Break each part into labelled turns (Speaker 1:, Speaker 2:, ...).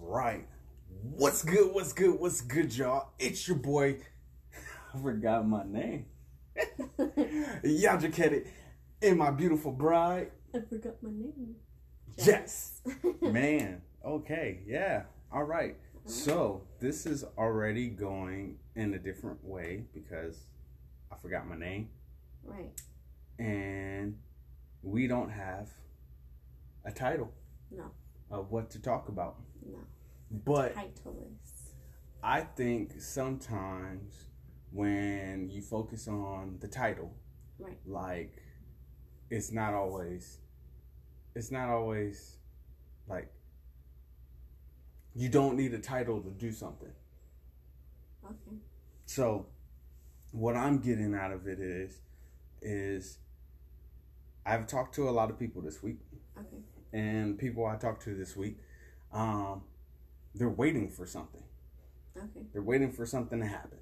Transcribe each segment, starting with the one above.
Speaker 1: right. What's good? What's good? What's good, y'all? It's your boy. I forgot my name. Yandra Kedit and my beautiful bride.
Speaker 2: I forgot my name.
Speaker 1: Jess. Man. Okay. Yeah. All right. So this is already going in a different way because I forgot my name
Speaker 2: right.
Speaker 1: and we don't have a title
Speaker 2: No.
Speaker 1: of what to talk about.
Speaker 2: No.
Speaker 1: But
Speaker 2: Titleist.
Speaker 1: I think sometimes when you focus on the title,
Speaker 2: Right.
Speaker 1: like it's not always, it's not always like you don't need a title to do something.
Speaker 2: Okay.
Speaker 1: So, what I'm getting out of it is, is I've talked to a lot of people this week,
Speaker 2: Okay.
Speaker 1: and people I talked to this week, um, they're waiting for something.
Speaker 2: Okay.
Speaker 1: They're waiting for something to happen.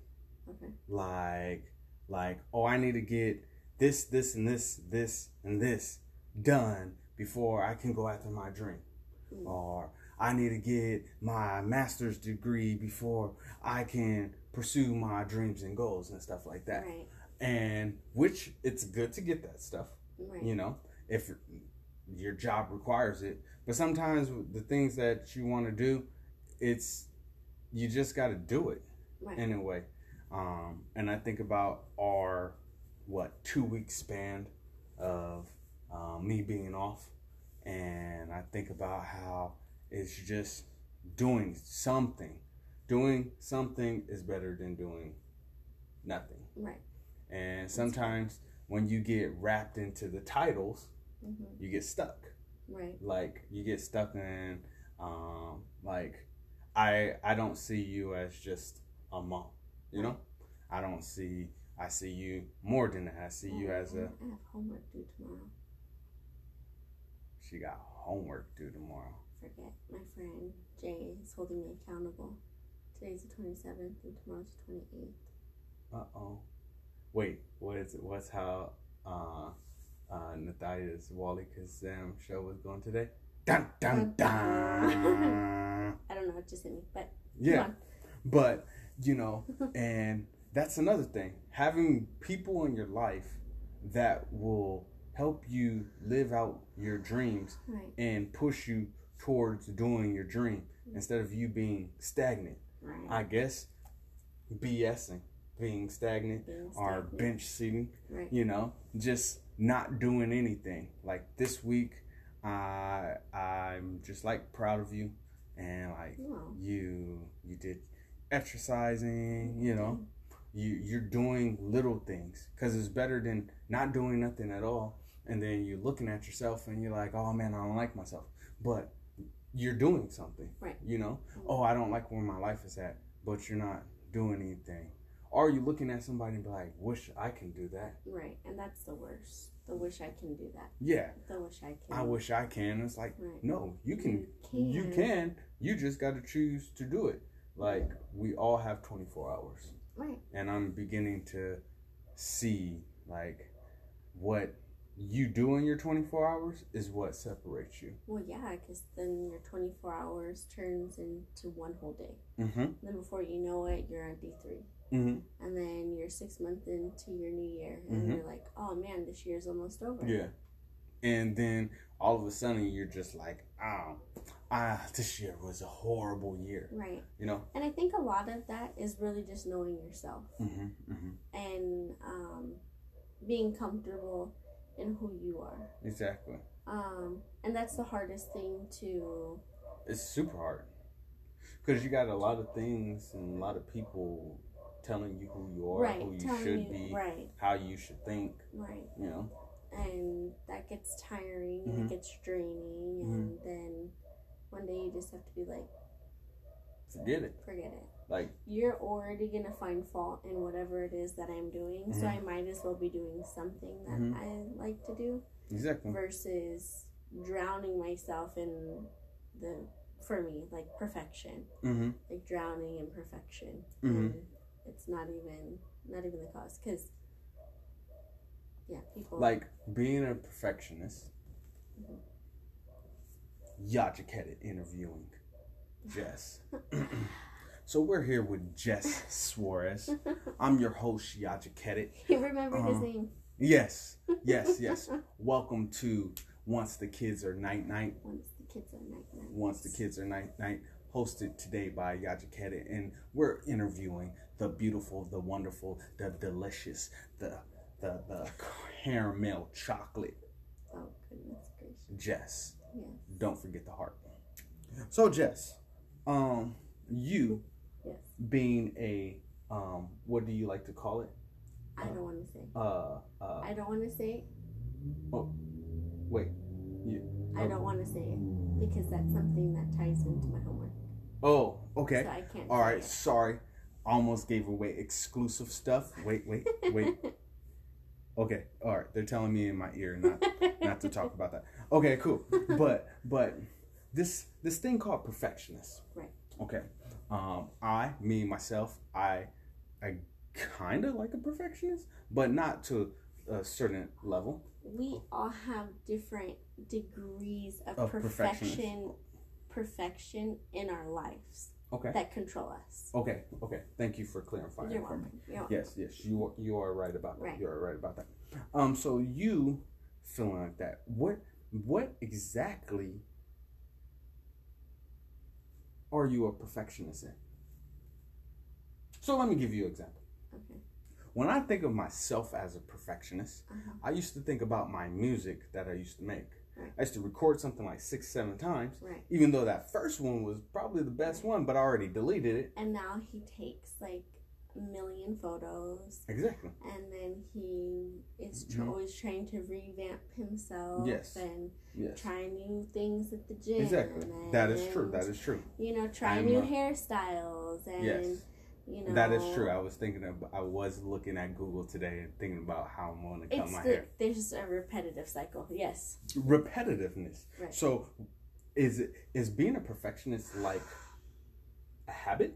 Speaker 2: Okay.
Speaker 1: Like, like, oh, I need to get this, this, and this, this, and this done before I can go after my dream,
Speaker 2: Mm.
Speaker 1: or I need to get my master's degree before I can pursue my dreams and goals and stuff like that.
Speaker 2: Right.
Speaker 1: And which it's good to get that stuff
Speaker 2: Right.
Speaker 1: you know if your- your job requires it but sometimes the things that you want to do it's you just got to do it
Speaker 2: Right.
Speaker 1: anyway um, and i think about our what two week span of uh, me being off and i think about how it's just doing something doing something is better than doing nothing
Speaker 2: right.
Speaker 1: and sometimes when you get wrapped into the titles,
Speaker 2: Mm-hmm.
Speaker 1: you get stuck.
Speaker 2: Right.
Speaker 1: Like you get stuck in um like I I don't see you as just a mom, you know? I don't see I see you more than that. I see you
Speaker 2: Oh,
Speaker 1: as a
Speaker 2: I have homework due tomorrow.
Speaker 1: she got homework due tomorrow.
Speaker 2: Forget my friend Jay is holding me accountable. Today's the twenty seventh and tomorrow's the twenty eighth.
Speaker 1: Uh oh. Wait, what is it? What's how uh uh Natalia's Wally Kazam show was going today? Dun dun dun
Speaker 2: I don't know. It just hit me. But
Speaker 1: Yeah.
Speaker 2: Come
Speaker 1: But, you know, and that's another thing. Having people in your life that will help you live out your dreams
Speaker 2: on. right.
Speaker 1: and push you towards doing your dream instead of you being stagnant.
Speaker 2: Right.
Speaker 1: I guess BSing, being stagnant
Speaker 2: Being
Speaker 1: or
Speaker 2: stagnant.
Speaker 1: bench seating,
Speaker 2: right.
Speaker 1: you know, just not doing anything. Like this week, I I'm just like proud of you and like
Speaker 2: Wow.
Speaker 1: you you did exercising you know you you're doing little things because it's better than not doing nothing at all and then you're looking at yourself and you're like oh man i don't like myself but you're doing something
Speaker 2: Right.
Speaker 1: you know oh i don't like where my life is at but you're not doing anything or you looking at somebody and be like wish i can do that
Speaker 2: Right. And that's the worst. The wish I can do that.
Speaker 1: yeah
Speaker 2: The wish I can.
Speaker 1: i wish i can it's like
Speaker 2: Right.
Speaker 1: no you can
Speaker 2: You
Speaker 1: you can you just got to choose to do it like we all have 24 hours
Speaker 2: Right.
Speaker 1: and I'm beginning to see like what you do in your 24 hours is what separates you.
Speaker 2: Well, yeah, because then your 24 hours turns into one whole day.
Speaker 1: Mm-hmm.
Speaker 2: Then before you know it, you're on D3.
Speaker 1: Mm-hmm.
Speaker 2: And then you're six months into your new year, and
Speaker 1: Mhm.
Speaker 2: you're like, oh man, this year's almost over.
Speaker 1: Yeah. And then all of a sudden you're just like, oh, ah, this year was a horrible year.
Speaker 2: Right.
Speaker 1: You know.
Speaker 2: And I think a lot of that is really just knowing yourself
Speaker 1: Mm-hmm. Mm-hmm.
Speaker 2: and um, being comfortable in who you are.
Speaker 1: Exactly.
Speaker 2: Um, and that's the hardest thing to.
Speaker 1: It's super hard because you got a lot of things and a lot of people telling you who you are,
Speaker 2: right.
Speaker 1: who you
Speaker 2: telling
Speaker 1: should
Speaker 2: you.
Speaker 1: be,
Speaker 2: Right.
Speaker 1: how you should think.
Speaker 2: Right.
Speaker 1: You know.
Speaker 2: and that gets tiring and
Speaker 1: Mhm.
Speaker 2: it gets draining and then one day you just have to be like
Speaker 1: Forget it.
Speaker 2: forget it
Speaker 1: Like.
Speaker 2: you're already gonna find fault in whatever it is that i'm doing so i might as well be doing something that
Speaker 1: Mhm.
Speaker 2: i like to do
Speaker 1: Exactly.
Speaker 2: versus drowning myself in the for me like perfection
Speaker 1: Mm-hmm.
Speaker 2: like drowning in perfection
Speaker 1: Mhm.
Speaker 2: and it's not even not even the cause because yeah people
Speaker 1: like being a perfectionist. Yajaketa interviewing. Jess. so we're here with Jess Suarez. I'm your host, Yaja Kedit.
Speaker 2: You remember his
Speaker 1: Um,
Speaker 2: name?
Speaker 1: Yes, yes, yes. Welcome to Once the Kids Are Night Night.
Speaker 2: Once the kids are night night.
Speaker 1: Once the Kids Are Night Night, hosted today by Yaja Kedit. And we're interviewing the beautiful, the wonderful, the delicious, the the, the caramel chocolate
Speaker 2: Oh goodness gracious.
Speaker 1: Jess.
Speaker 2: Yes.
Speaker 1: Don't forget the heart. So Jess, um, you
Speaker 2: Yes.
Speaker 1: being a um, what do you like to call it?
Speaker 2: I don't want to say.
Speaker 1: Uh, uh
Speaker 2: I don't want to say.
Speaker 1: wait. uh,
Speaker 2: I don't want to say it because that's something that ties into my homework.
Speaker 1: Oh, okay.
Speaker 2: So I can't.
Speaker 1: All
Speaker 2: say
Speaker 1: right.
Speaker 2: it.
Speaker 1: Sorry, almost gave away exclusive stuff. Wait, wait, wait. Okay. All right. They're telling me in my ear not not to talk about that. Okay. Cool. But but this this thing called perfectionist.
Speaker 2: Right.
Speaker 1: Okay. Um, I me myself I I kind of like a perfectionist, but not to a certain level.
Speaker 2: we all have different degrees of,
Speaker 1: Of
Speaker 2: perfection perfection in our lives
Speaker 1: Okay.
Speaker 2: that control us
Speaker 1: Okay. Okay. Thank you for clarifying.
Speaker 2: you're
Speaker 1: for me.
Speaker 2: welcome You're welcome.
Speaker 1: Yes, yes, you are, you are right about that.
Speaker 2: Right.
Speaker 1: You are right about that. Um, so you feeling like that? What what exactly are you a perfectionist in? So let me give you an example.
Speaker 2: okay
Speaker 1: When I think of myself as a perfectionist,
Speaker 2: Uh-huh.
Speaker 1: I used to think about my music that I used to make.
Speaker 2: Right.
Speaker 1: I used to record something like six, seven times,
Speaker 2: right
Speaker 1: even though that first one was probably the best one, but I already deleted it.
Speaker 2: and now he takes like a million photos
Speaker 1: Exactly.
Speaker 2: and then he is tr-
Speaker 1: Mhm.
Speaker 2: always trying to revamp himself
Speaker 1: Yes.
Speaker 2: and
Speaker 1: Yes.
Speaker 2: try new things at the gym
Speaker 1: Exactly.
Speaker 2: and,
Speaker 1: That is true. That is true.
Speaker 2: you know try
Speaker 1: I'm
Speaker 2: new
Speaker 1: a-
Speaker 2: hairstyles and
Speaker 1: Yes.
Speaker 2: you know
Speaker 1: That is true. I was thinking of, I was looking at Google today and thinking about how I'm going to cut
Speaker 2: It's
Speaker 1: my
Speaker 2: the,
Speaker 1: hair.
Speaker 2: there's a repetitive cycle. Yes.
Speaker 1: Repetitiveness.
Speaker 2: Right.
Speaker 1: So, is it is being a perfectionist like a habit?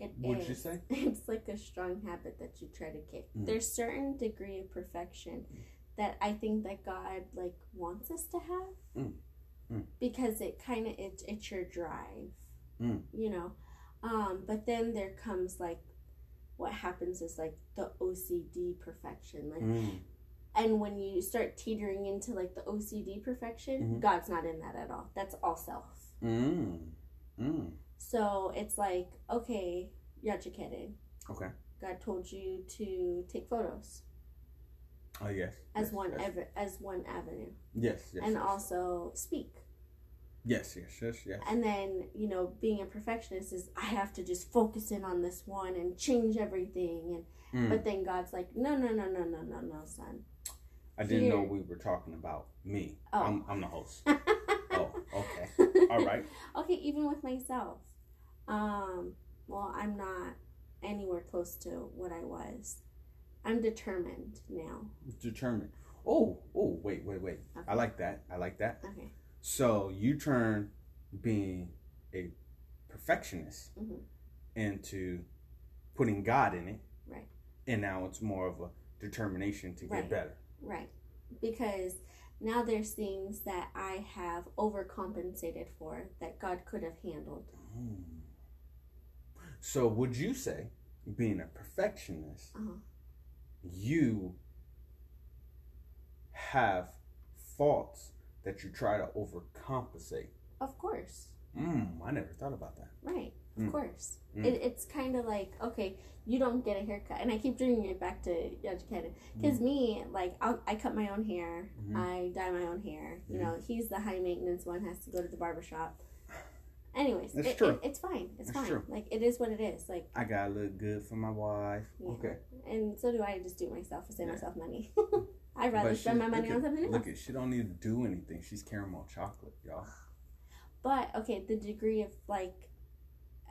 Speaker 2: It
Speaker 1: Would you
Speaker 2: is.
Speaker 1: say?
Speaker 2: It's like a strong habit that you try to kick.
Speaker 1: Mm.
Speaker 2: There's certain degree of perfection that I think that God like wants us to have
Speaker 1: Mm. Mm.
Speaker 2: because it kind of it, it's your drive,
Speaker 1: Mm.
Speaker 2: you know. Um, but then there comes like what happens is like the OCD perfection, like,
Speaker 1: Mm.
Speaker 2: and when you start teetering into like the OCD perfection,
Speaker 1: Mhm.
Speaker 2: God's not in that at all. That's all self.
Speaker 1: Mm. Mm.
Speaker 2: So it's like, okay, you're educated.
Speaker 1: Okay.
Speaker 2: God told you to take photos
Speaker 1: Oh yes.
Speaker 2: as
Speaker 1: yes,
Speaker 2: one
Speaker 1: Yes.
Speaker 2: ever as one avenue,
Speaker 1: yes. Yes.
Speaker 2: and
Speaker 1: yes.
Speaker 2: also speak.
Speaker 1: Yes. Yes. Yes. Yes.
Speaker 2: And then you know, being a perfectionist is I have to just focus in on this one and change everything. And
Speaker 1: Mm.
Speaker 2: but then God's like, no, no, no, no, no, no, no, son.
Speaker 1: I didn't know
Speaker 2: here-
Speaker 1: we were talking about me.
Speaker 2: Oh.
Speaker 1: I'm I'm the host. oh. Okay. All right.
Speaker 2: Okay, even with myself, um, well, I'm not anywhere close to what I was. I'm determined now.
Speaker 1: Determined. Oh. Oh. Wait. Wait. Wait. I like that. I like that.
Speaker 2: Okay.
Speaker 1: So you turn being a perfectionist
Speaker 2: Mhm.
Speaker 1: into putting God in it.
Speaker 2: Right.
Speaker 1: And now it's more of a determination to
Speaker 2: Right.
Speaker 1: get better.
Speaker 2: Right. Because now there's things that I have overcompensated for that God could have handled.
Speaker 1: Hmm. So would you say being a perfectionist,
Speaker 2: Uh-huh.
Speaker 1: you have faults that you try to overcompensate?
Speaker 2: Of course.
Speaker 1: Mm, I never thought about that.
Speaker 2: Right. Of
Speaker 1: Mm.
Speaker 2: course.
Speaker 1: Mm.
Speaker 2: It, it's kind of like, okay, you don't get a haircut. And I keep bringing it back to Yajikata. Because
Speaker 1: Mm-hmm.
Speaker 2: me, like, I'll, I cut my own hair.
Speaker 1: Mhm.
Speaker 2: I dye my own hair. You know, he's the high maintenance one, has to go to the barber shop. Anyways,
Speaker 1: That's
Speaker 2: it,
Speaker 1: true.
Speaker 2: it- it's fine.
Speaker 1: That's
Speaker 2: It's fine.
Speaker 1: true.
Speaker 2: Like, it is what it is. Like,
Speaker 1: I gotta look good for my wife.
Speaker 2: Yeah.
Speaker 1: Okay.
Speaker 2: and so do I. I just do it myself. I save
Speaker 1: Yeah.
Speaker 2: myself money. I'd rather
Speaker 1: But
Speaker 2: spend
Speaker 1: she-
Speaker 2: my money
Speaker 1: look
Speaker 2: on
Speaker 1: at-
Speaker 2: something else.
Speaker 1: Look at she don't need to do anything. She's caramel chocolate, y'all.
Speaker 2: But okay, the degree of like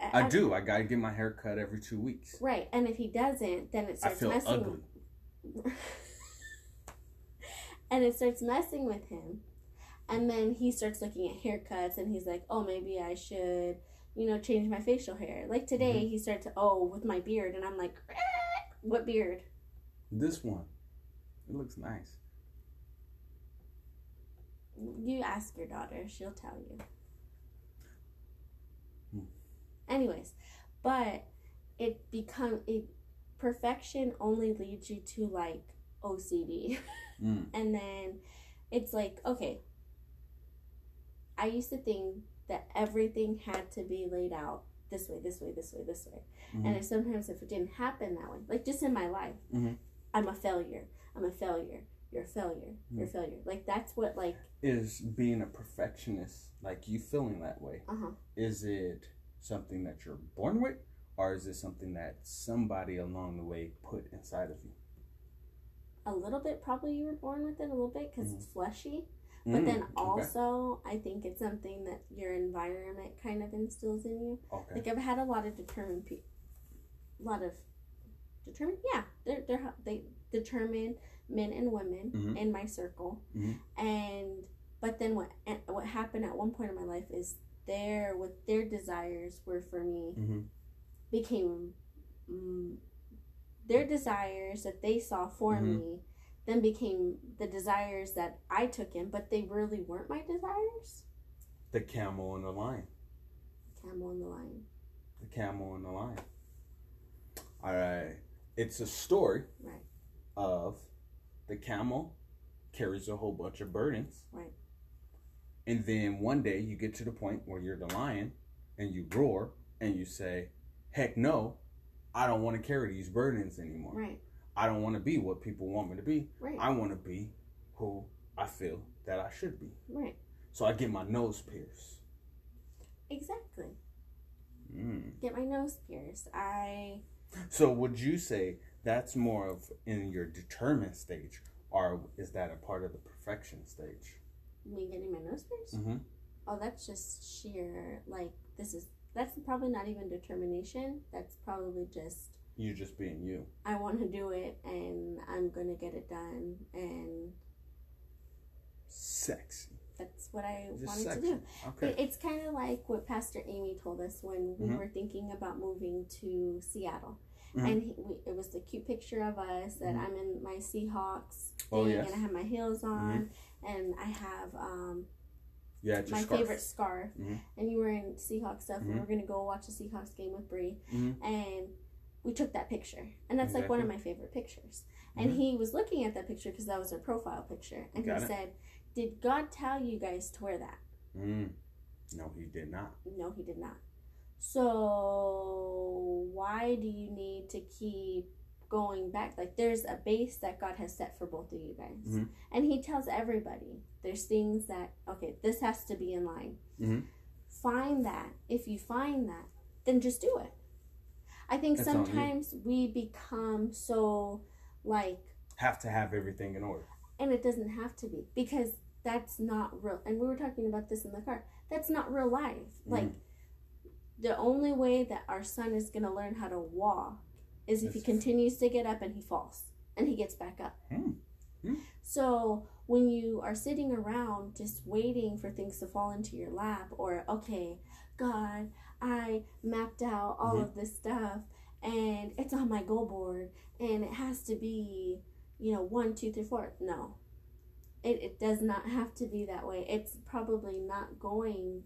Speaker 1: I do. I gotta get my hair cut every two weeks.
Speaker 2: right, and if he doesn't, then it
Speaker 1: I
Speaker 2: starts
Speaker 1: feel
Speaker 2: messing.
Speaker 1: ugly.
Speaker 2: and it starts messing with him, and then he starts looking at haircuts, and he's like, "Oh, maybe I should, you know, change my facial hair." Like today, he started to oh with my beard, and I'm like, "What beard?"
Speaker 1: This one, it looks nice.
Speaker 2: You ask your daughter; she'll tell you.
Speaker 1: Hmm.
Speaker 2: Anyways, but it become it perfection only leads you to like OCD.
Speaker 1: Mm.
Speaker 2: And then it's like, okay, I used to think that everything had to be laid out this way, this way, this way, this way. And
Speaker 1: Mhm.
Speaker 2: if sometimes if it didn't happen that way, like just in my life,
Speaker 1: Mhm.
Speaker 2: I'm a failure. I'm a failure. You're a failure. You're a
Speaker 1: Mm-hmm.
Speaker 2: failure. Like that's what like
Speaker 1: Is being a perfectionist, like you feeling that way,
Speaker 2: uh huh.
Speaker 1: is it something that you're born with, or is it something that somebody along the way put inside of you?
Speaker 2: A little bit probably you were born with it a little bit because it's fleshy.
Speaker 1: Mm,
Speaker 2: But then
Speaker 1: okay,
Speaker 2: also I think it's something that your environment kind of instills in you.
Speaker 1: okay,
Speaker 2: Like I've had a lot of determined people, a lot of determined, yeah, they're, they're they determined men and women
Speaker 1: Mhm.
Speaker 2: in my circle,
Speaker 1: Mhm.
Speaker 2: and but then what and what happened at one point in my life is their what their desires were for me
Speaker 1: hmm
Speaker 2: became mm, their desires that they saw for
Speaker 1: Mhm.
Speaker 2: me then became the desires that I took in, but they really weren't my desires.
Speaker 1: the camel and the lion,
Speaker 2: Camel on the line.
Speaker 1: the camel and the lion. All right, it's a story
Speaker 2: Right.
Speaker 1: of the camel carries a whole bunch of burdens,
Speaker 2: Right.
Speaker 1: And then one day you get to the point where you're the lion, and you roar and you say, "Heck no, I don't want to carry these burdens anymore."
Speaker 2: Right.
Speaker 1: I don't want to be what people want me to be.
Speaker 2: Right.
Speaker 1: I want to be who I feel that I should be.
Speaker 2: right.
Speaker 1: So I get my nose pierced.
Speaker 2: Exactly.
Speaker 1: Mm.
Speaker 2: get my nose pierced. I
Speaker 1: So would you say that's more of in your determined stage, or is that a part of the perfection stage?
Speaker 2: me getting my nose pierced.
Speaker 1: Mm-hmm.
Speaker 2: Oh, that's just sheer like this is that's probably not even determination. That's probably just
Speaker 1: You just being you.
Speaker 2: I want to do it and I'm gonna get it done and
Speaker 1: Sexy.
Speaker 2: that's what I
Speaker 1: Just
Speaker 2: wanted to
Speaker 1: sexy.
Speaker 2: do.
Speaker 1: Okay.
Speaker 2: It- It's kind of like what Pastor Amy told us when we
Speaker 1: Mhm.
Speaker 2: were thinking about moving to Seattle.
Speaker 1: Mhm.
Speaker 2: And he, we, it was the cute picture of us that I'm in my Seahawks
Speaker 1: Mm-hmm. Oh,
Speaker 2: thing
Speaker 1: yes. Mm-hmm.
Speaker 2: and I have my heels on and I have um,
Speaker 1: Yeah, just
Speaker 2: my
Speaker 1: scarf.
Speaker 2: favorite scarf.
Speaker 1: Mhm.
Speaker 2: And you were in Seahawks stuff, and
Speaker 1: Mhm.
Speaker 2: we're gonna go watch the Seahawks game with Bree,
Speaker 1: Mhm.
Speaker 2: and we took that picture, and that's like one of my favorite pictures. And
Speaker 1: Mhm.
Speaker 2: he was looking at that picture because that was her profile picture, and
Speaker 1: Got
Speaker 2: he
Speaker 1: it.
Speaker 2: said, "Did God tell you guys to wear that?"
Speaker 1: Mm. No, he did not.
Speaker 2: No, he did not. So why do you need to keep going back? Like there's a base that God has set for both of you guys.
Speaker 1: Mhm.
Speaker 2: And he tells everybody there's things that okay, this has to be in line.
Speaker 1: Mhm.
Speaker 2: Find that. If you find that, then just do it. I think
Speaker 1: That's on you.
Speaker 2: sometimes we become so like
Speaker 1: Have to have everything in order.
Speaker 2: and it doesn't have to be because that's not real and we were talking about this in the car that's not real life like the only way that our son is going to learn how to walk is if he
Speaker 1: That's-
Speaker 2: continues to get up and he falls and he gets back up
Speaker 1: Hmm. Hmm.
Speaker 2: so when you are sitting around just waiting for things to fall into your lap or okay god i mapped out all
Speaker 1: Mm-hmm.
Speaker 2: of this stuff and it's on my goal board and it has to be you know one two three four no it, it does not have to be that way it's probably not going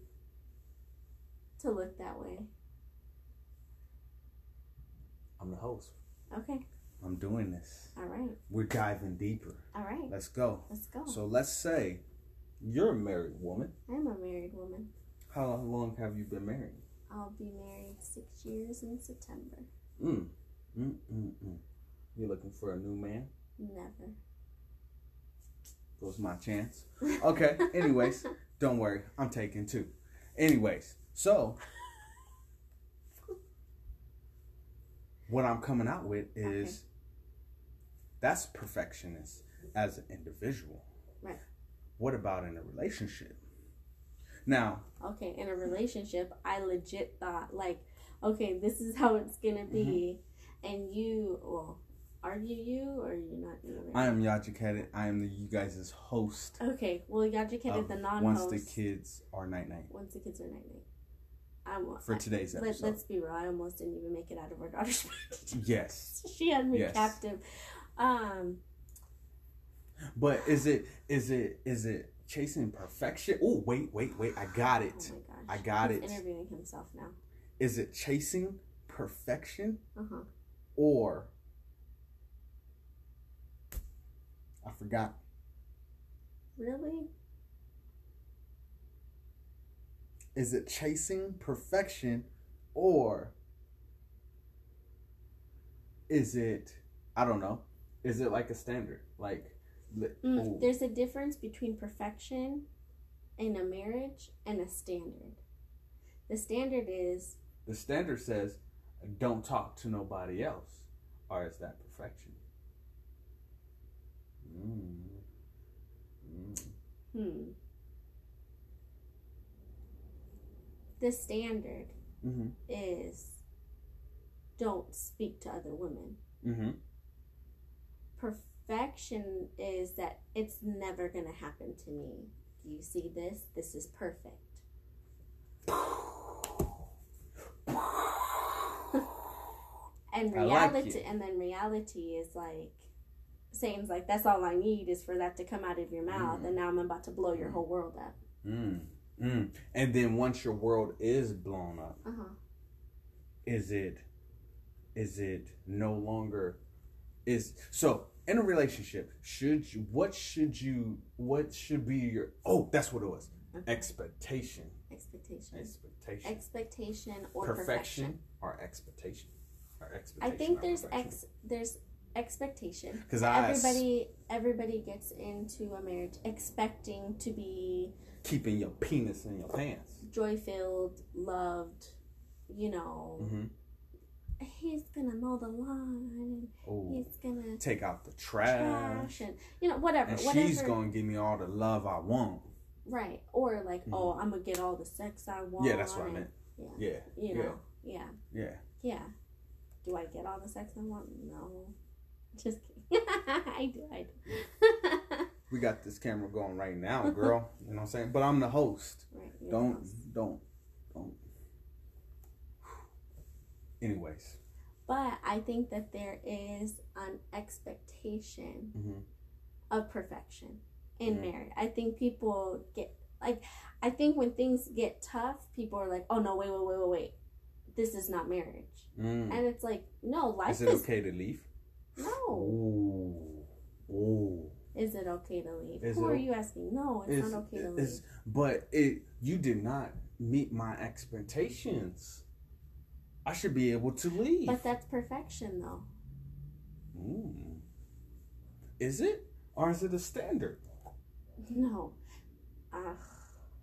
Speaker 2: to look that way
Speaker 1: I'm the host.
Speaker 2: okay
Speaker 1: I'm doing this.
Speaker 2: all right
Speaker 1: We're diving deeper.
Speaker 2: all right
Speaker 1: Let's go.
Speaker 2: let's go
Speaker 1: So let's say you're a married woman.
Speaker 2: i'm a married woman
Speaker 1: How long have you been married?
Speaker 2: i'll be married six years in september
Speaker 1: Mm. Mm, mm, mm. You're looking for a new man?
Speaker 2: never
Speaker 1: Those my chance. Okay, anyways, don't worry. I'm taking two. Anyways, so what I'm coming out with is
Speaker 2: Okay.
Speaker 1: that's perfectionist as an individual.
Speaker 2: Right.
Speaker 1: What about in a relationship? Now,
Speaker 2: okay in a relationship i legit thought like okay this is how it's gonna be
Speaker 1: Mm-hmm.
Speaker 2: and you well are you you or are you not you
Speaker 1: I am Yajik Edit. I am the you guys' host.
Speaker 2: okay well yajik
Speaker 1: of
Speaker 2: the non-host
Speaker 1: Um, Once the kids are night night
Speaker 2: once the kids are night night i'm
Speaker 1: for today's
Speaker 2: Uh, Let,
Speaker 1: episode.
Speaker 2: let's be real. I almost didn't even make it out of our daughter's marriage.
Speaker 1: yes,
Speaker 2: she had me
Speaker 1: Yes.
Speaker 2: captive. Um,
Speaker 1: but is it is it is it chasing perfection? Oh wait wait wait! I got
Speaker 2: oh
Speaker 1: it.
Speaker 2: my
Speaker 1: I
Speaker 2: gosh.
Speaker 1: got
Speaker 2: He's
Speaker 1: it.
Speaker 2: interviewing himself now.
Speaker 1: Is it chasing perfection
Speaker 2: Uh huh.
Speaker 1: or I forgot.
Speaker 2: Really?
Speaker 1: Is it chasing perfection or is it I don't know. Is it like a standard? Like li-
Speaker 2: Mm,
Speaker 1: ooh,
Speaker 2: There's a difference between perfection in a marriage and a standard. The standard is
Speaker 1: the standard says don't talk to nobody else or is that perfection? Mm. Mm.
Speaker 2: hmm. The standard
Speaker 1: Mhm.
Speaker 2: is don't speak to other women.
Speaker 1: Mhm.
Speaker 2: Perfection is that it's never going to happen to me. Do you see this? This is perfect. and
Speaker 1: I like
Speaker 2: reality
Speaker 1: it.
Speaker 2: and then reality is like Satan's like that's all I need is for that to come out of your mouth
Speaker 1: Mm.
Speaker 2: and now I'm about to blow your
Speaker 1: Mm.
Speaker 2: whole world up.
Speaker 1: Mm. Mm. And then once your world is blown up,
Speaker 2: Uh-huh.
Speaker 1: is it is it no longer is so in a relationship should you what should you what should be your oh that's what it was
Speaker 2: Okay.
Speaker 1: expectation
Speaker 2: expectation.
Speaker 1: expectation
Speaker 2: Expectation or
Speaker 1: perfection,
Speaker 2: perfection.
Speaker 1: or expectation or
Speaker 2: I
Speaker 1: expectation
Speaker 2: think there's ex there's expectation.
Speaker 1: because I everybody
Speaker 2: Everybody everybody gets into a marriage expecting to be
Speaker 1: keeping your penis in your pants
Speaker 2: joy filled, loved, you know.
Speaker 1: mm-hmm.
Speaker 2: He's gonna mow the lawn. and
Speaker 1: oh
Speaker 2: He's gonna
Speaker 1: take out the trash,
Speaker 2: trash and you know whatever.
Speaker 1: Uh, and
Speaker 2: whatever.
Speaker 1: she's gonna give me all the love I want
Speaker 2: Right. Or like,
Speaker 1: Mhm.
Speaker 2: oh, I'm gonna get all the sex I want.
Speaker 1: yeah that's what I meant
Speaker 2: Yeah.
Speaker 1: yeah
Speaker 2: You
Speaker 1: Yeah.
Speaker 2: know. Yeah.
Speaker 1: yeah
Speaker 2: yeah. Do I get all the sex I want? No. Just kidding. I do. I do.
Speaker 1: we got this camera going right now, girl. you know what I'm saying? But I'm the host.
Speaker 2: right. you're
Speaker 1: Don't,
Speaker 2: gross.
Speaker 1: don't, don't. Anyways,
Speaker 2: But I think that there is an expectation
Speaker 1: mm-hmm.
Speaker 2: of perfection in
Speaker 1: Mhm.
Speaker 2: marriage. I think people get like, I think when things get tough, people are like, oh no, wait, wait, wait, wait, wait. This is not marriage.
Speaker 1: mm.
Speaker 2: And it's like, no, life
Speaker 1: is
Speaker 2: is,
Speaker 1: it okay to leave?
Speaker 2: no.
Speaker 1: Ooh, ooh.
Speaker 2: Is it okay to leave?
Speaker 1: Is
Speaker 2: Who
Speaker 1: it
Speaker 2: are
Speaker 1: o-
Speaker 2: you asking? No, it's
Speaker 1: Is-
Speaker 2: not okay
Speaker 1: is-
Speaker 2: to leave.
Speaker 1: But it, you did not meet my expectations. I should be able to leave.
Speaker 2: But that's perfection, though.
Speaker 1: Ooh. Hmm. Is it, or is it a standard?
Speaker 2: No. Uh,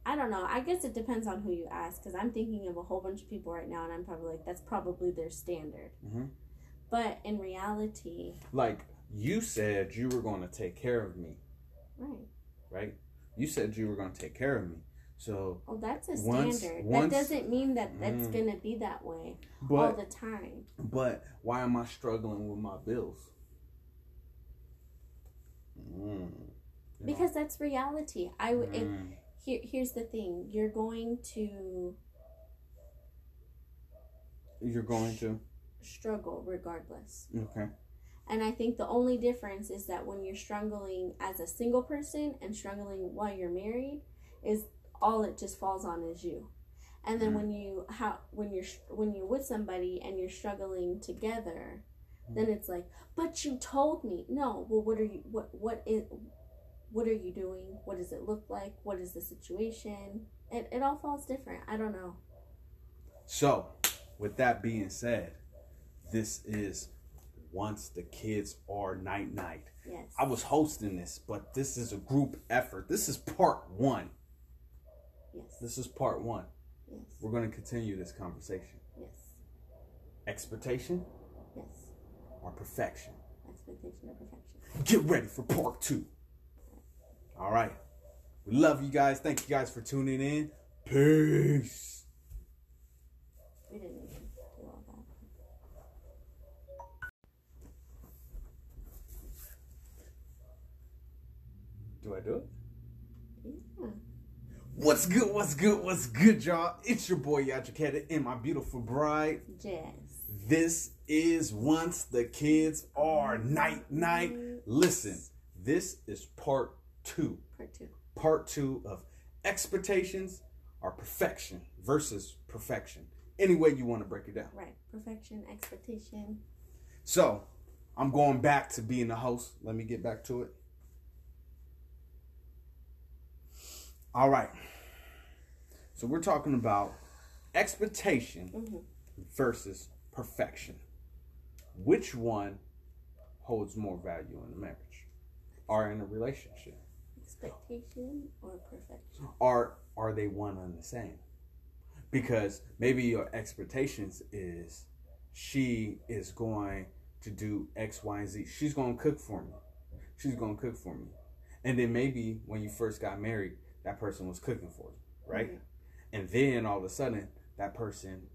Speaker 2: I don't know. I guess it depends on who you ask because I'm thinking of a whole bunch of people right now and I'm probably like, that's probably their standard.
Speaker 1: Mhm.
Speaker 2: But in reality,
Speaker 1: Like you said, you were going to take care of me.
Speaker 2: right.
Speaker 1: right? You said you were going to take care of me. So,
Speaker 2: Well, that's a
Speaker 1: Once-
Speaker 2: standard.
Speaker 1: once-
Speaker 2: that doesn't mean that that's
Speaker 1: Mm.
Speaker 2: going to be that way all
Speaker 1: but
Speaker 2: the time.
Speaker 1: but why am I struggling with my bills? Mm. You know?
Speaker 2: Because that's reality. I w- if
Speaker 1: Mm.
Speaker 2: Here, here's the thing. You're going to
Speaker 1: you're going to
Speaker 2: struggle regardless.
Speaker 1: okay.
Speaker 2: And I think the only difference is that when you're struggling as a single person and struggling while you're married, is all it just falls on is you. And then
Speaker 1: Mhm.
Speaker 2: when you how when you're str- when you're with somebody and you're struggling together, then it's like, but you told me no. Well, what are you what what is what are you doing? What does it look like? What is the situation? It it all falls different. I don't know.
Speaker 1: So, with that being said, this is once the kids are night night.
Speaker 2: Yes.
Speaker 1: I was hosting this, but this is a group effort. This is part 1.
Speaker 2: yes.
Speaker 1: This is part 1.
Speaker 2: Yes.
Speaker 1: We're going to continue this conversation.
Speaker 2: Yes.
Speaker 1: Expectation
Speaker 2: Yes.
Speaker 1: or perfection?
Speaker 2: Expectation of perfection.
Speaker 1: get ready for part two. All right. We love you guys. Thank you guys for tuning in. Peace.
Speaker 2: We didn't need to do all that.
Speaker 1: Do I do it?
Speaker 2: Yeah.
Speaker 1: What's good? What's good? What's good, y'all? It's your boy Yajiketa and my beautiful bride.
Speaker 2: Jazz.
Speaker 1: This is once the kids are night night. Listen, this is part two.
Speaker 2: Part two.
Speaker 1: Part two of expectations are perfection versus perfection. Any way you want to break it down.
Speaker 2: Right. Perfection, expectation.
Speaker 1: So I'm going back to being the host. Let me get back to it. All right. So we're talking about expectation
Speaker 2: Mhm.
Speaker 1: versus perfection. Which one holds more value in a marriage or in a relationship?
Speaker 2: Expectation or perfection.
Speaker 1: Are are they one and the same? Because maybe your expectations is she is going to do X, Y, and Z. She's going to cook for me. She's going to cook for me. And then maybe when you first got married, that person was cooking for you, right?
Speaker 2: Mhm.
Speaker 1: And then all of a sudden, that person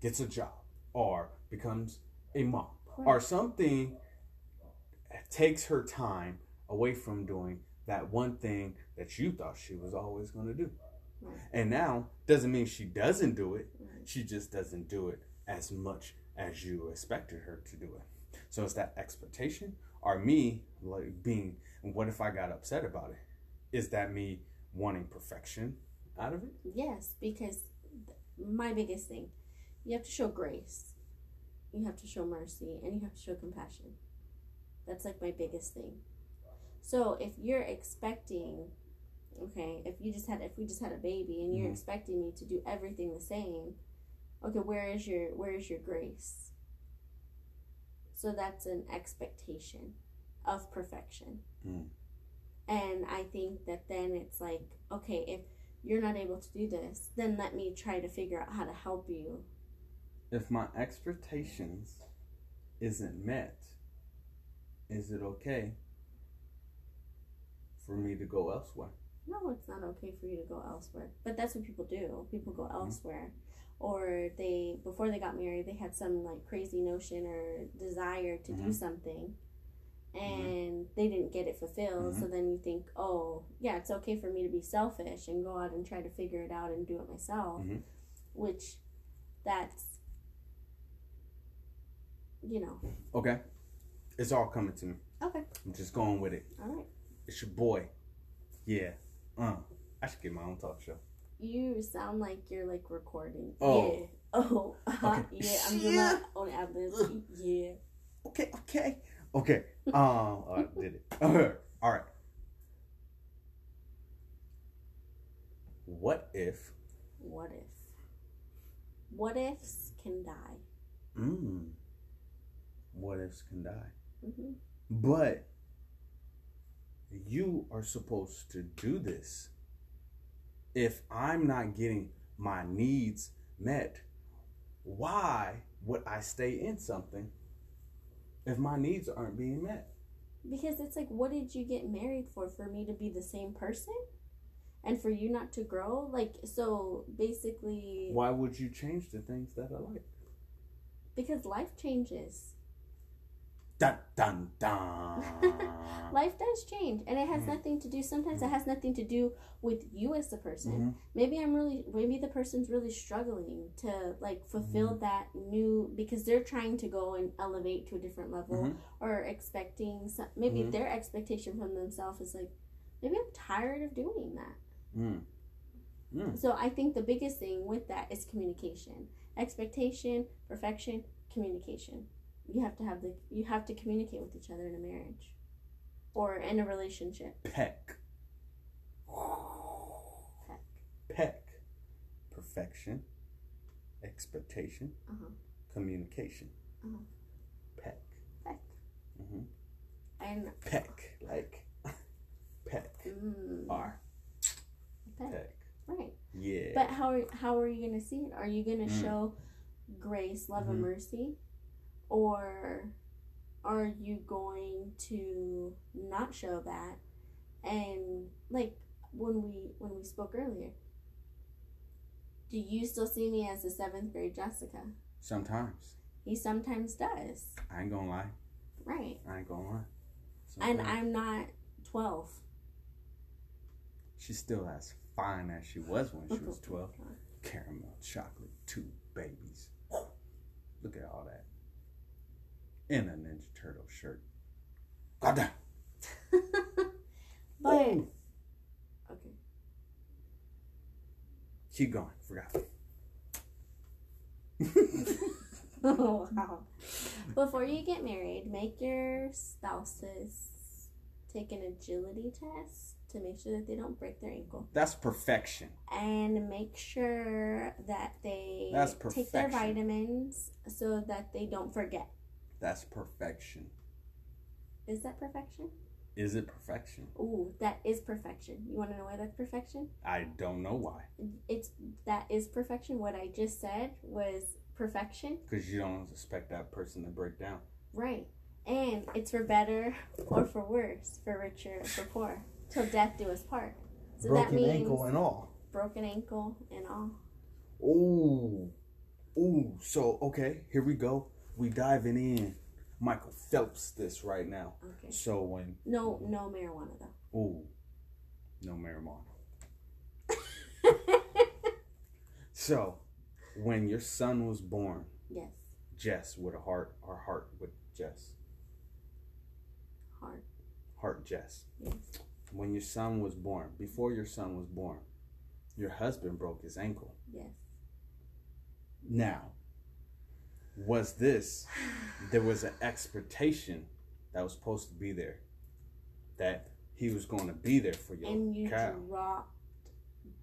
Speaker 1: gets a job or becomes a mom or something takes her time away from doing that one thing that you thought she was always going to do.
Speaker 2: Right.
Speaker 1: And now doesn't mean she doesn't do it.
Speaker 2: Right.
Speaker 1: She just doesn't do it as much as you expected her to do it. So it's that expectation or me like being what if I got upset about it? Is that me wanting perfection out of it?
Speaker 2: Yes, because th- my biggest thing, you have to show grace, you have to show mercy, and you have to show compassion. That's like my biggest thing. So if you're expecting, okay, if you just had, if we just had a baby and you're
Speaker 1: Mhm.
Speaker 2: expecting me to do everything the same, okay, where is your where is your grace? So that's an expectation of perfection.
Speaker 1: Mm.
Speaker 2: And I think that then it's like, okay, if you're not able to do this, then let me try to figure out how to help you.
Speaker 1: If my expectations isn't met, is it okay for me to go elsewhere?
Speaker 2: No, it's not okay for you to go elsewhere. But that's what people do. People go elsewhere. Or they, before they got married, they had some like crazy notion or desire to do
Speaker 1: Mhm.
Speaker 2: something and they didn't get it fulfilled. So then you think, oh, yeah, it's okay for me to be selfish and go out and try to figure it out and do it myself,
Speaker 1: Mhm.
Speaker 2: which that's, you know,
Speaker 1: Okay. It's all coming to me.
Speaker 2: okay,
Speaker 1: I'm just going with it.
Speaker 2: all right.
Speaker 1: It's your boy. Yeah. Uh, I should get my own talk show.
Speaker 2: You sound like you're like recording.
Speaker 1: Oh.
Speaker 2: Yeah. Oh. uh
Speaker 1: Okay.
Speaker 2: Yeah. I'm doing
Speaker 1: Yeah.
Speaker 2: my own ad libs. Yeah.
Speaker 1: Okay, okay. Okay. Um, oh, I did it. Alright. Alright. What if
Speaker 2: What if? What ifs can die.
Speaker 1: mm, what ifs can die?
Speaker 2: hmm
Speaker 1: But you are supposed to do this. If I'm not getting my needs met, why would I stay in something if my needs aren't being met?
Speaker 2: Because it's like, what did you get married for? For me to be the same person, and for you not to grow. Like so, basically,
Speaker 1: Why would you change the things that I like?
Speaker 2: because life changes.
Speaker 1: Dun dun dun.
Speaker 2: Life does change, and it has
Speaker 1: Mhm.
Speaker 2: nothing to do. Sometimes it has nothing to do with you as the person.
Speaker 1: Mhm.
Speaker 2: maybe i'm really maybe the person's really struggling to like fulfill that new because they're trying to go and elevate to a different level
Speaker 1: Mhm.
Speaker 2: or expecting some, maybe
Speaker 1: Mhm.
Speaker 2: their expectation from themselves is like maybe i'm tired of doing that
Speaker 1: Mm. Mm.
Speaker 2: so i think the biggest thing with that is communication expectation perfection communication you have to have the you have to communicate with each other in a marriage or in a relationship
Speaker 1: Peck.
Speaker 2: Heck.
Speaker 1: Peck. E Perfection. Expectation.
Speaker 2: Uh-huh.
Speaker 1: Communication. E
Speaker 2: Uh-huh.
Speaker 1: Peck.
Speaker 2: Heck.
Speaker 1: Mhm.
Speaker 2: and
Speaker 1: Peck. E Like. Peck.
Speaker 2: mm,
Speaker 1: R.
Speaker 2: heck.
Speaker 1: Peck.
Speaker 2: right
Speaker 1: Yeah.
Speaker 2: But how are how are you gonna see it? Are you gonna
Speaker 1: Mm.
Speaker 2: show grace, love,
Speaker 1: Mhm.
Speaker 2: and mercy, or are you going to not show that? And like when we when we spoke earlier, do you still see me as a seventh grade Jessica?
Speaker 1: Sometimes.
Speaker 2: He sometimes does,
Speaker 1: I ain't gonna lie.
Speaker 2: right?
Speaker 1: I ain't gonna lie.
Speaker 2: And
Speaker 1: Sometimes.
Speaker 2: I'm not twelve.
Speaker 1: She's still as fine as she was when she was 12. Caramel, chocolate, two babies. Look at all that. In a Ninja Turtle shirt. Goddamn.
Speaker 2: but
Speaker 1: Oh. Ooh.
Speaker 2: okay,
Speaker 1: Keep going. Forgot.
Speaker 2: oh, wow. Before you get married, make your spouses take an agility test to make sure that they don't break their ankle.
Speaker 1: That's perfection.
Speaker 2: and make sure that they
Speaker 1: That's
Speaker 2: take their
Speaker 1: perfection.
Speaker 2: vitamins so that they don't forget.
Speaker 1: That's perfection.
Speaker 2: Is that perfection?
Speaker 1: Is it perfection?
Speaker 2: Ooh, that is perfection. You want to know why that's perfection?
Speaker 1: I don't know why.
Speaker 2: It's that is perfection. What I just said was perfection,
Speaker 1: Because you don't expect that person to break down.
Speaker 2: right? And it's for better or for worse, for richer or for poor, till death do us part. So that
Speaker 1: Broken
Speaker 2: means
Speaker 1: ankle and all.
Speaker 2: broken ankle and all.
Speaker 1: Ooh. Ooh. So, okay, here we go. We diving in. Michael Phelps this right now.
Speaker 2: Okay.
Speaker 1: So when
Speaker 2: No, no marijuana though.
Speaker 1: ooh. No marijuana. So when your son was born,
Speaker 2: yes,
Speaker 1: Jess would a heart our heart with Jess.
Speaker 2: hard.
Speaker 1: Heart Jess.
Speaker 2: Yes.
Speaker 1: When your son was born, before your son was born, your husband broke his ankle.
Speaker 2: Yes.
Speaker 1: Now, was this there was an expectation that was supposed to be there that he was going to be there for your
Speaker 2: and you
Speaker 1: cow,
Speaker 2: dropped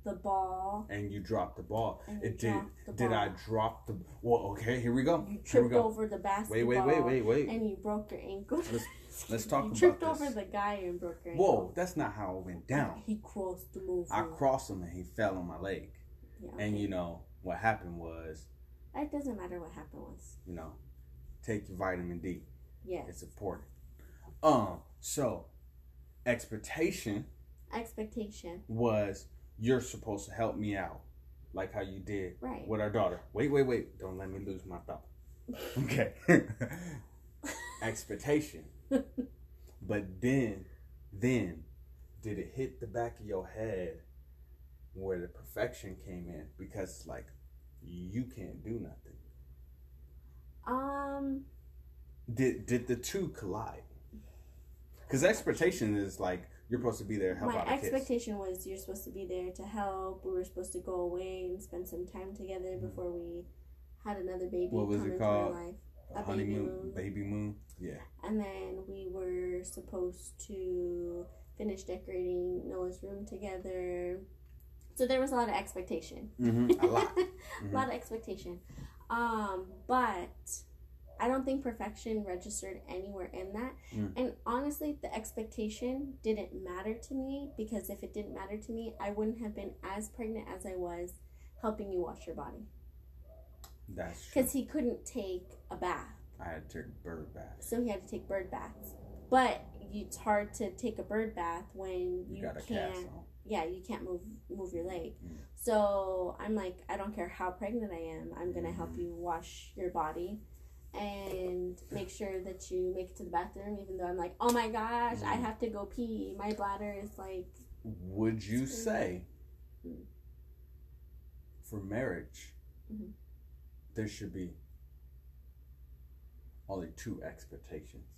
Speaker 2: the ball.
Speaker 1: and you dropped the ball.
Speaker 2: And you
Speaker 1: It did.
Speaker 2: dropped the
Speaker 1: Did I
Speaker 2: ball.
Speaker 1: drop the? Well, okay, here we go.
Speaker 2: You
Speaker 1: Here we
Speaker 2: tripped
Speaker 1: go.
Speaker 2: over the
Speaker 1: Wait,
Speaker 2: basketball.
Speaker 1: wait, wait, wait, wait.
Speaker 2: And you broke your ankle.
Speaker 1: Let's let's talk
Speaker 2: you
Speaker 1: about
Speaker 2: tripped
Speaker 1: this.
Speaker 2: over the guy and broke your
Speaker 1: Whoa,
Speaker 2: ankle.
Speaker 1: that's not how it went down.
Speaker 2: He crossed the move.
Speaker 1: I crossed him and he fell on my leg.
Speaker 2: Yeah,
Speaker 1: And
Speaker 2: okay.
Speaker 1: you know what happened was,
Speaker 2: That doesn't matter what happened once.
Speaker 1: you know, take your vitamin D.
Speaker 2: Yes.
Speaker 1: It's important. Um, so expectation
Speaker 2: Expectation.
Speaker 1: was you're supposed to help me out, like how you did
Speaker 2: Right.
Speaker 1: with our daughter. Wait, wait, wait! Don't let me lose my thought. Okay. expectation, but then, then, did it hit the back of your head where the perfection came in? Because it's like you can't do nothing.
Speaker 2: Um.
Speaker 1: Did did the two collide? Because expectation is like you're supposed to be there to help
Speaker 2: my
Speaker 1: out a kid.
Speaker 2: expectation was you're supposed to be there to help. We were supposed to go away and spend some time together before we had another baby
Speaker 1: Mm-hmm. What was
Speaker 2: come
Speaker 1: it
Speaker 2: into our
Speaker 1: called?
Speaker 2: life. a baby
Speaker 1: Honeymoon,
Speaker 2: moon.
Speaker 1: baby moon. Yeah.
Speaker 2: And then we were supposed to finish decorating Noah's room together. So there was a lot of expectation.
Speaker 1: hmm A lot.
Speaker 2: a lot of expectation. Um, but I don't think perfection registered anywhere in that.
Speaker 1: Mm.
Speaker 2: And honestly, the expectation didn't matter to me because if it didn't matter to me, I wouldn't have been as pregnant as I was helping you wash your body.
Speaker 1: That's true.
Speaker 2: Because he couldn't take a bath.
Speaker 1: I had to take bird bath.
Speaker 2: so he had to take bird baths. But it's hard to take a bird bath when
Speaker 1: You,
Speaker 2: you,
Speaker 1: got a
Speaker 2: can't.
Speaker 1: cast on.
Speaker 2: Yeah, you can't move move your leg.
Speaker 1: Mm.
Speaker 2: So I'm like, I don't care how pregnant I am. I'm gonna help
Speaker 1: Mhm.
Speaker 2: you wash your body, and make sure that you make it to the bathroom. Even though I'm like, oh my gosh, I
Speaker 1: Mm.
Speaker 2: have to go pee. My bladder is like,
Speaker 1: Would you say
Speaker 2: Mm.
Speaker 1: for marriage
Speaker 2: Mhm.
Speaker 1: there should be only two expectations?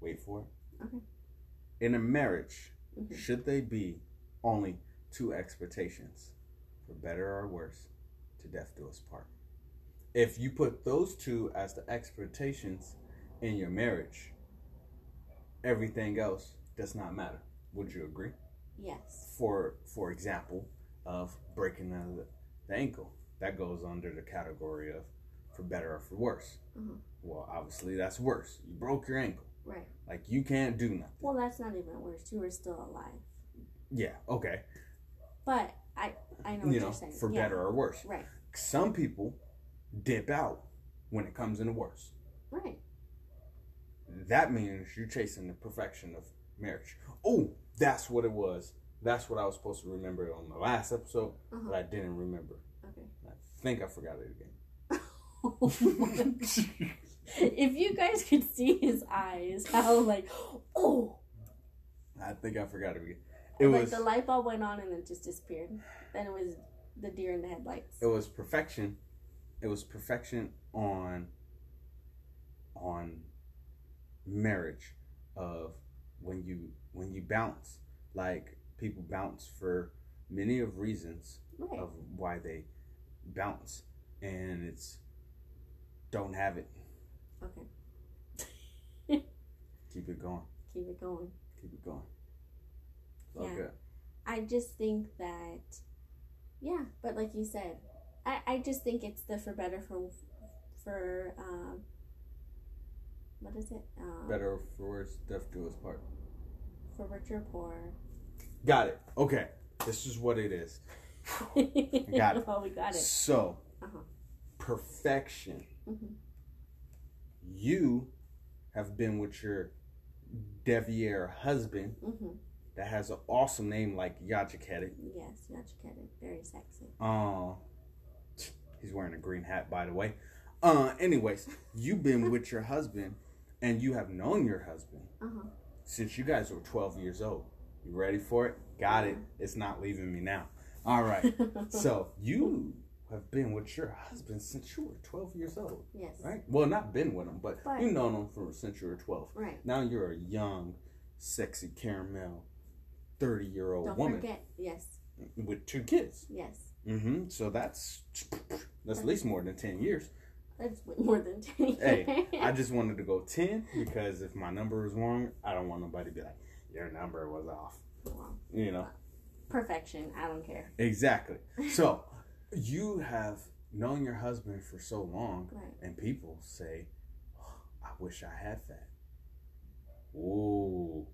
Speaker 1: Wait for it.
Speaker 2: Okay.
Speaker 1: In a marriage,
Speaker 2: Mhm.
Speaker 1: should they be only two expectations, for better or worse, to death do us part? If you put those two as the expectations in your marriage, everything else does not matter. Would you agree?
Speaker 2: yes,
Speaker 1: For for example, of breaking the, the ankle that goes under the category of for better or for worse.
Speaker 2: Mhm.
Speaker 1: Well, obviously that's worse. You broke your ankle.
Speaker 2: right.
Speaker 1: Like you can't do nothing.
Speaker 2: Well, that's not even worse. You were still alive,
Speaker 1: yeah. Okay.
Speaker 2: but I I know what
Speaker 1: You
Speaker 2: you're
Speaker 1: know,
Speaker 2: saying.
Speaker 1: for
Speaker 2: Yeah,
Speaker 1: better or worse.
Speaker 2: Right.
Speaker 1: Some people dip out when it comes into worse.
Speaker 2: Right.
Speaker 1: that means you're chasing the perfection of marriage. Oh, that's what it was. That's what I was supposed to remember on the last episode, but
Speaker 2: Uh-huh.
Speaker 1: I didn't remember.
Speaker 2: Okay.
Speaker 1: I think I forgot it
Speaker 2: Oh my
Speaker 1: again.
Speaker 2: if you guys could see his eyes, how like, oh,
Speaker 1: I think I forgot it again. It
Speaker 2: like
Speaker 1: was
Speaker 2: the light bulb went on and then just disappeared. Then it was the deer in the headlights.
Speaker 1: it was perfection. It was perfection on on marriage of when you when you bounce like people bounce for many of reasons
Speaker 2: Right.
Speaker 1: of why they bounce, and it's don't have it.
Speaker 2: Okay.
Speaker 1: Keep it going.
Speaker 2: Keep it going.
Speaker 1: Keep it going. It's all
Speaker 2: Yeah.
Speaker 1: good.
Speaker 2: I just think that, yeah, but like you said, I, I just think it's the for better for, for, um, what is it? Um,
Speaker 1: Better for worse, death do us part.
Speaker 2: For rich or poor.
Speaker 1: Got it. Okay. This is what it is. Got it.
Speaker 2: oh, we got it.
Speaker 1: So,
Speaker 2: Uh-huh.
Speaker 1: perfection.
Speaker 2: Mhm.
Speaker 1: You have been with your Devier husband
Speaker 2: Mm-hmm.
Speaker 1: that has an awesome name like Yajiketi.
Speaker 2: Yes, Yachiketa. Very sexy.
Speaker 1: Uh, he's wearing a green hat, by the way. Uh, anyways, you've been with your husband and you have known your husband
Speaker 2: Uh-huh.
Speaker 1: since you guys were 12 years old. You ready for it? Got it. It's not leaving me now. All right.
Speaker 2: Uh-huh.
Speaker 1: So you have been with your husband since you were 12 years old,
Speaker 2: yes. Right.
Speaker 1: right? Well, not been with him, but
Speaker 2: Right.
Speaker 1: you've known him from since you were 12. Now you're a young, sexy caramel, 30 year old
Speaker 2: Don't
Speaker 1: woman
Speaker 2: forget. Yes.
Speaker 1: with two kids.
Speaker 2: Yes.
Speaker 1: hmm So that's that's at least more than 10 years.
Speaker 2: That's way more than 10
Speaker 1: Hey, I just wanted to go 10 because if my number is wrong, I don't want nobody to be like, your number was off.
Speaker 2: Well,
Speaker 1: You know?
Speaker 2: perfection. I don't care.
Speaker 1: Exactly. So you have known your husband for so long,
Speaker 2: Right.
Speaker 1: and people say, "Oh, "I wish I had that." Ooh,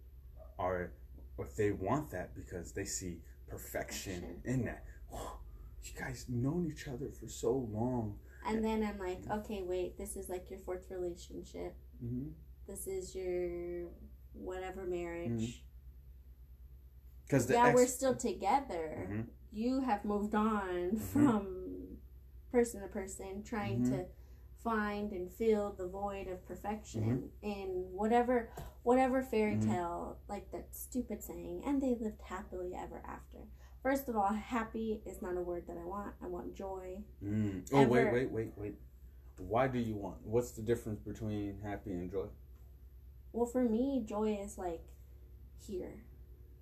Speaker 1: or if they want that because they see perfection in that. You guys known each other for so long.
Speaker 2: And then I'm like, okay, wait, this is like your fourth relationship.
Speaker 1: Because
Speaker 2: This is your whatever marriage.
Speaker 1: the
Speaker 2: Yeah,
Speaker 1: ex-
Speaker 2: we're still together.
Speaker 1: Mhm.
Speaker 2: You have moved on from person to person, trying
Speaker 1: Mhm.
Speaker 2: to find and fill the void of perfection in whatever whatever fairy
Speaker 1: Mhm.
Speaker 2: tale, like that stupid saying, and they lived happily ever after. First of all, happy is not a word that I want. I want joy.
Speaker 1: Mm. Oh wait,
Speaker 2: ever-
Speaker 1: wait, wait, wait. Why do you want? What's the difference between happy and joy?
Speaker 2: Well, for me, joy is like here.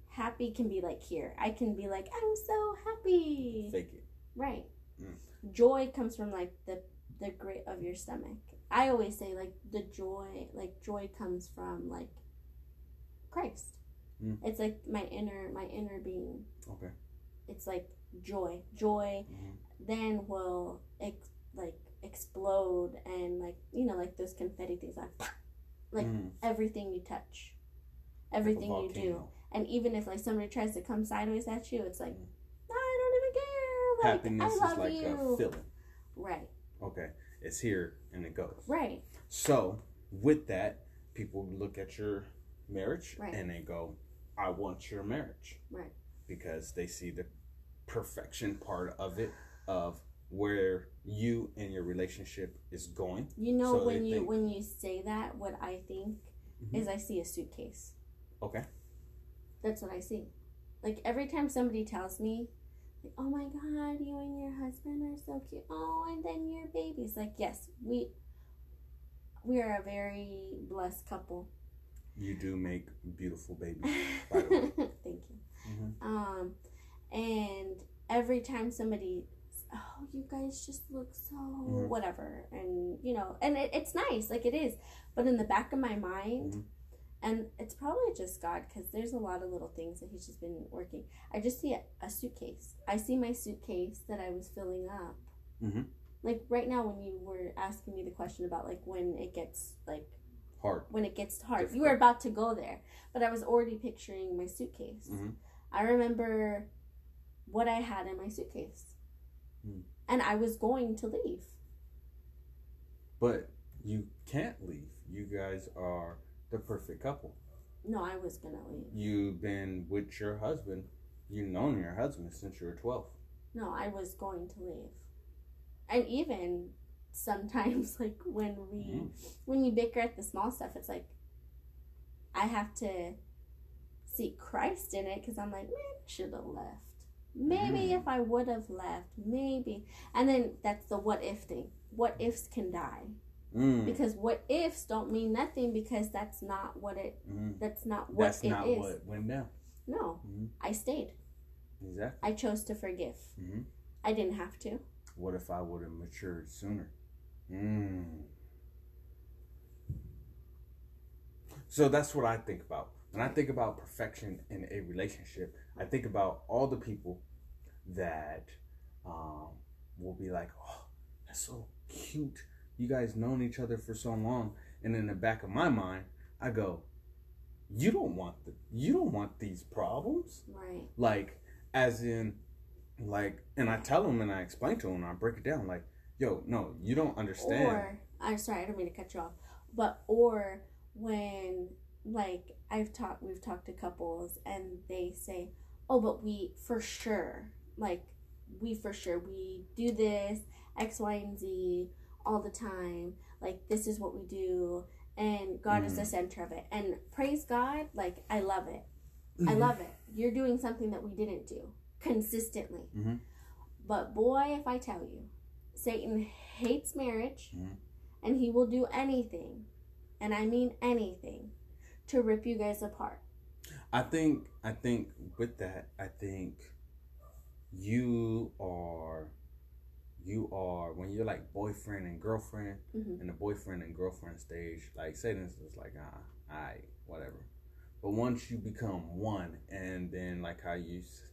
Speaker 2: Happy can be like here. I can be like, I'm so happy.
Speaker 1: Fake it.
Speaker 2: Right.
Speaker 1: Mm.
Speaker 2: Joy comes from like the the grit of your stomach. I always say like the joy, like joy comes from like Christ.
Speaker 1: Mm.
Speaker 2: It's like my inner my inner being.
Speaker 1: Okay.
Speaker 2: It's like joy. Joy
Speaker 1: Mhm.
Speaker 2: then will ex- like explode and like you know like those confetti things like Like,
Speaker 1: Mm.
Speaker 2: everything you touch.
Speaker 1: Like a
Speaker 2: Everything you do.
Speaker 1: volcano.
Speaker 2: And even if like somebody tries to come sideways at you, it's like
Speaker 1: Mm.
Speaker 2: I don't even care. Like
Speaker 1: Happiness
Speaker 2: I
Speaker 1: is
Speaker 2: love
Speaker 1: like
Speaker 2: you.
Speaker 1: a feeling.
Speaker 2: right,
Speaker 1: Okay, it's here and it goes.
Speaker 2: right,
Speaker 1: So, with that, people look at your marriage
Speaker 2: Right.
Speaker 1: and they go, I want your marriage.
Speaker 2: Right.
Speaker 1: Because they see the perfection part of it, of where you and your relationship is going.
Speaker 2: You know
Speaker 1: So
Speaker 2: when
Speaker 1: they
Speaker 2: you
Speaker 1: think-
Speaker 2: when you say that, what I think
Speaker 1: Mhm.
Speaker 2: is I see a suitcase.
Speaker 1: Okay.
Speaker 2: That's what I see. Like every time somebody tells me, like, "Oh my God, you and your husband are so cute." Oh, and then your babies. Like, yes, we we are a very blessed couple.
Speaker 1: You do make beautiful babies. By
Speaker 2: Thank
Speaker 1: the way.
Speaker 2: you.
Speaker 1: Mhm.
Speaker 2: Um, and every time somebody, oh, you guys just look so
Speaker 1: Mhm.
Speaker 2: whatever, and you know, and it, it's nice, like it is, but in the back of my mind,
Speaker 1: Mhm.
Speaker 2: and it's probably just God because there's a lot of little things that He's just been working. I just see a, a suitcase. I see my suitcase that I was filling up.
Speaker 1: Mhm.
Speaker 2: Like right now, when you were asking me the question about like when it gets like
Speaker 1: Hard.
Speaker 2: when it gets hard. You
Speaker 1: Difficult.
Speaker 2: were about to go there, but I was already picturing my suitcase.
Speaker 1: Mhm.
Speaker 2: I remember what I had in my suitcase,
Speaker 1: Mm.
Speaker 2: and I was going to leave.
Speaker 1: But you can't leave. You guys are the perfect couple.
Speaker 2: No, I was gonna leave.
Speaker 1: You've been with your husband. You've known your husband since you were 12.
Speaker 2: No, I was going to leave. And even sometimes, like when we
Speaker 1: Mhm.
Speaker 2: when you bicker at the small stuff, it's like I have to see Christ in it because I'm like, man, I should have left. Maybe
Speaker 1: Mhm.
Speaker 2: if I would have left, maybe. And then that's the what if thing. What ifs can die
Speaker 1: Mm.
Speaker 2: because what ifs don't mean nothing because that's not what it.
Speaker 1: Mm.
Speaker 2: That's not what
Speaker 1: That's
Speaker 2: it
Speaker 1: not
Speaker 2: is.
Speaker 1: what went down.
Speaker 2: No,
Speaker 1: Mhm.
Speaker 2: I stayed.
Speaker 1: Exactly.
Speaker 2: I chose to forgive.
Speaker 1: hmm
Speaker 2: I didn't have to.
Speaker 1: What if I would have matured sooner? Mm. So that's what I think about. When I think about perfection in a relationship, I think about all the people that um, will be like, oh, that's so cute. You guys known each other for so long. And in the back of my mind, I go, you don't want the, you don't want these problems
Speaker 2: Right.
Speaker 1: like as in like and i tell them and i explain to them i break it down like yo no you don't understand
Speaker 2: Or I'm sorry, I don't mean to cut you off, but or when like I've talked, we've talked to couples, and they say, "Oh, but we for sure, like we for sure, we do this X, Y, and Z all the time. Like this is what we do, and God is the center of it. And praise God, like I love it. I
Speaker 1: Mm-hmm.
Speaker 2: love it. You're doing something that we didn't do consistently.
Speaker 1: Mhm.
Speaker 2: But boy, if I tell you, Satan hates marriage
Speaker 1: Mhm.
Speaker 2: and he will do anything, and I mean anything, to rip you guys apart.
Speaker 1: Mm-hmm. i think i think with that i think you are you are when you're like boyfriend and girlfriend
Speaker 2: Mhm.
Speaker 1: in the boyfriend and girlfriend stage like satan's just like uh all right whatever but once you become one and then like how you s-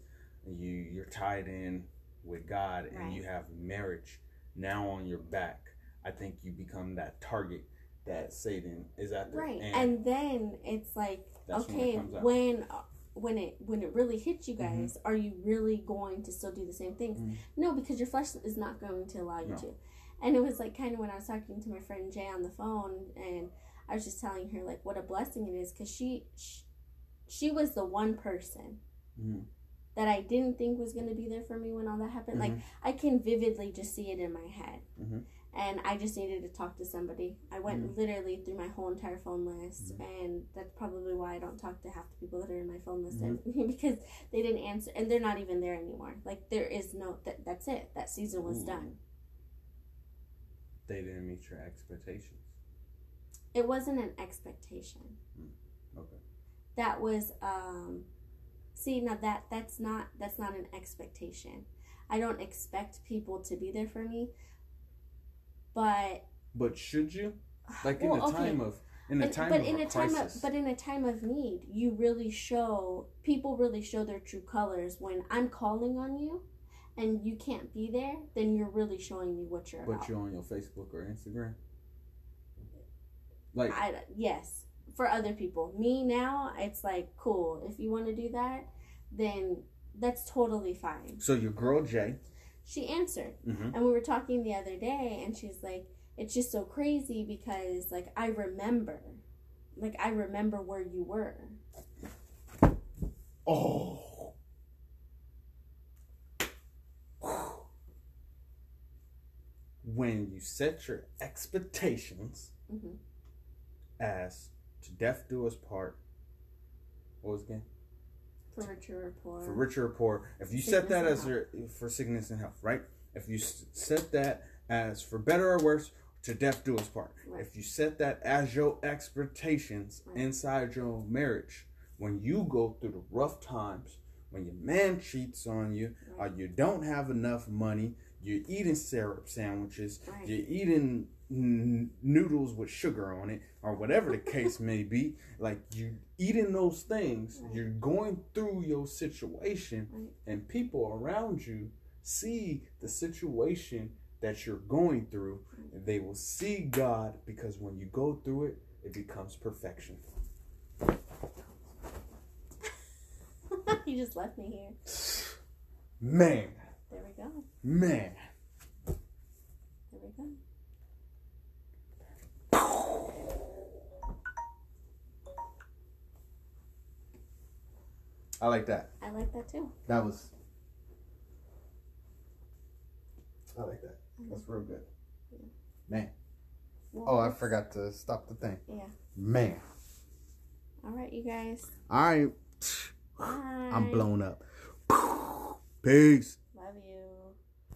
Speaker 1: you you're tied in with god and you have marriage now on your back i think you become that target that satan is after
Speaker 2: Right. And, then it's like,
Speaker 1: That's when it
Speaker 2: okay,
Speaker 1: comes out. Mm-hmm.
Speaker 2: when uh, when it when it really hits you guys, are you really going to still do the same things?
Speaker 1: Mhm.
Speaker 2: No, because your flesh is not going to allow you
Speaker 1: No.
Speaker 2: to. And it was like kind of when I was talking to my friend Jay on the phone, and I was just telling her like what a blessing it is because she, she she was the one person
Speaker 1: Mhm.
Speaker 2: that I didn't think was going to be there for me when all that happened. Like
Speaker 1: Mm-hmm.
Speaker 2: I can vividly just see it in my head.
Speaker 1: Mhm.
Speaker 2: And I just needed to talk to somebody. I went literally through my whole entire phone list, and that's probably why I don't talk to half the people that are in my phone list and- because they didn't answer, and they're not even there anymore. Like there is no that. That's it. That season was
Speaker 1: Ooh.
Speaker 2: done.
Speaker 1: they didn't meet your expectations
Speaker 2: It wasn't an expectation.
Speaker 1: okay
Speaker 2: That was um, see now that that's not that's not an expectation. I don't expect people to be there for me, but
Speaker 1: but should you like in
Speaker 2: Uh, Well,
Speaker 1: the
Speaker 2: okay.
Speaker 1: time of in the
Speaker 2: And-
Speaker 1: time
Speaker 2: but
Speaker 1: of
Speaker 2: in
Speaker 1: a,
Speaker 2: a time
Speaker 1: crisis
Speaker 2: of but in a time of need you really show people really show their true colors when i'm calling on you and you can't be there then you're really showing me what you're
Speaker 1: but
Speaker 2: about
Speaker 1: you're on your facebook or instagram like
Speaker 2: I, yes for other people me now it's like cool if you want to do that then that's totally fine
Speaker 1: so your girl jay
Speaker 2: she answered
Speaker 1: mm-hmm.
Speaker 2: and we were talking the other day and she's like it's just so crazy because like i remember like i remember where you were
Speaker 1: Oh. When you set your expectations
Speaker 2: Mhm.
Speaker 1: as to death do us part, what was it again?
Speaker 2: for richer report
Speaker 1: For richer or poor, if you set
Speaker 2: Sickness
Speaker 1: that
Speaker 2: and
Speaker 1: as your for sickness and health, right? If you s- set that as for better or worse, to death do us part.
Speaker 2: Right.
Speaker 1: If you set that as your expectations inside your marriage, when you go through the rough times, when your man cheats on you, or you don't have enough money, you're eating syrup sandwiches,
Speaker 2: Right.
Speaker 1: you're eating n- noodles with sugar on it, or whatever the case may be. Like you eating those things, you're going through your situation,
Speaker 2: Right.
Speaker 1: and people around you see the situation that you're going through. and They will see God because when you go through it, it becomes perfection.
Speaker 2: you just left me here.
Speaker 1: Man,
Speaker 2: There we go.
Speaker 1: man.
Speaker 2: There we go.
Speaker 1: I like that.
Speaker 2: I like that too.
Speaker 1: That was. I like that. That's real good. Man.
Speaker 2: Well,
Speaker 1: Oh, I forgot to stop the thing.
Speaker 2: Yeah.
Speaker 1: Man.
Speaker 2: All right, you guys.
Speaker 1: All right.
Speaker 2: Bye.
Speaker 1: I'm blown up. Peace.